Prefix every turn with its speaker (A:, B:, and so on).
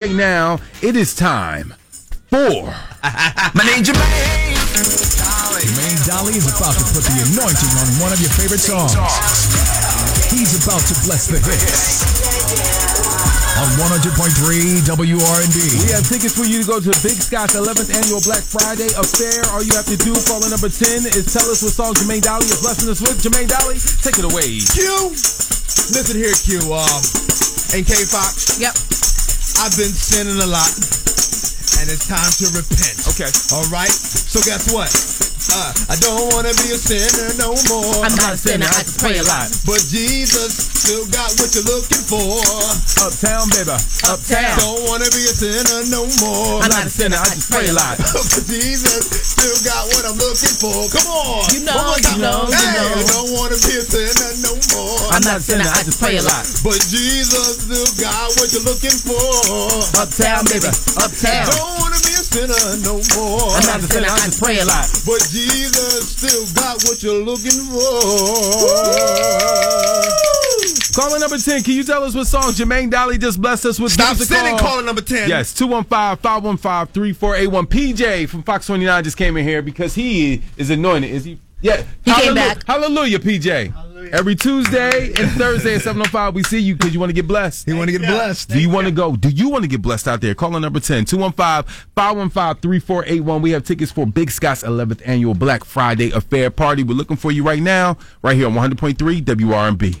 A: Right now, it is time for my name Jermaine.
B: Jermaine Dolly is about to put the anointing on one of your favorite songs. He's about to bless the hits. On 100.3 WRND.
A: We have tickets for you to go to Big Scott's 11th annual Black Friday affair. All you have to do, caller number 10, is tell us what song Jermaine Dolly is blessing us with. Jermaine Dolly, take it away.
C: Q, listen here, Q. Um, and K Fox,
D: Yep.
C: I've been sinning a lot, and it's time to repent.
A: Okay.
C: All right. So guess what? Uh, I don't wanna be a sinner no more.
D: I'm not a sinner. I just pray a lot.
C: but Jesus still got what you're looking for.
A: Uptown, baby. Uptown.
C: Don't wanna be a sinner no more.
D: I'm
A: Not Uh, a sinner, I just pray a lot.
C: but Jesus still got what I'm looking for. Come on.
D: You know,
C: One more
D: you
C: time.
D: know, you
C: hey,
D: know.
C: I don't wanna be a sinner no more.
A: I'm not a sinner, I just pray a lot.
C: but Jesus still got what you're looking for.
A: Uptown, baby. Uptown.
C: Don't wanna be a sinner no more.
A: I'm not a sinner, I just pray a lot.
C: But Jesus still got what you're looking for.
A: Caller number 10, can you tell us what song Jermaine Dolly just blessed us with?
C: Stop
A: Give us a
C: sinning,
A: call.
C: caller number 10.
A: Yes, 215-515-3481. PJ from Fox 29 just came in here because he is anointed. Is he? Yeah.
D: He came
A: Hallelu-
D: back.
A: Hallelujah, PJ. Every Tuesday and Thursday at 705, we see you because you want to get blessed.
C: You wanna get blessed.
A: Do you want to go? Do you want to get blessed out there? Call on number 10, 215-515-3481. We have tickets for Big Scott's 11th annual Black Friday affair party. We're looking for you right now, right here on 100.3 WRMB.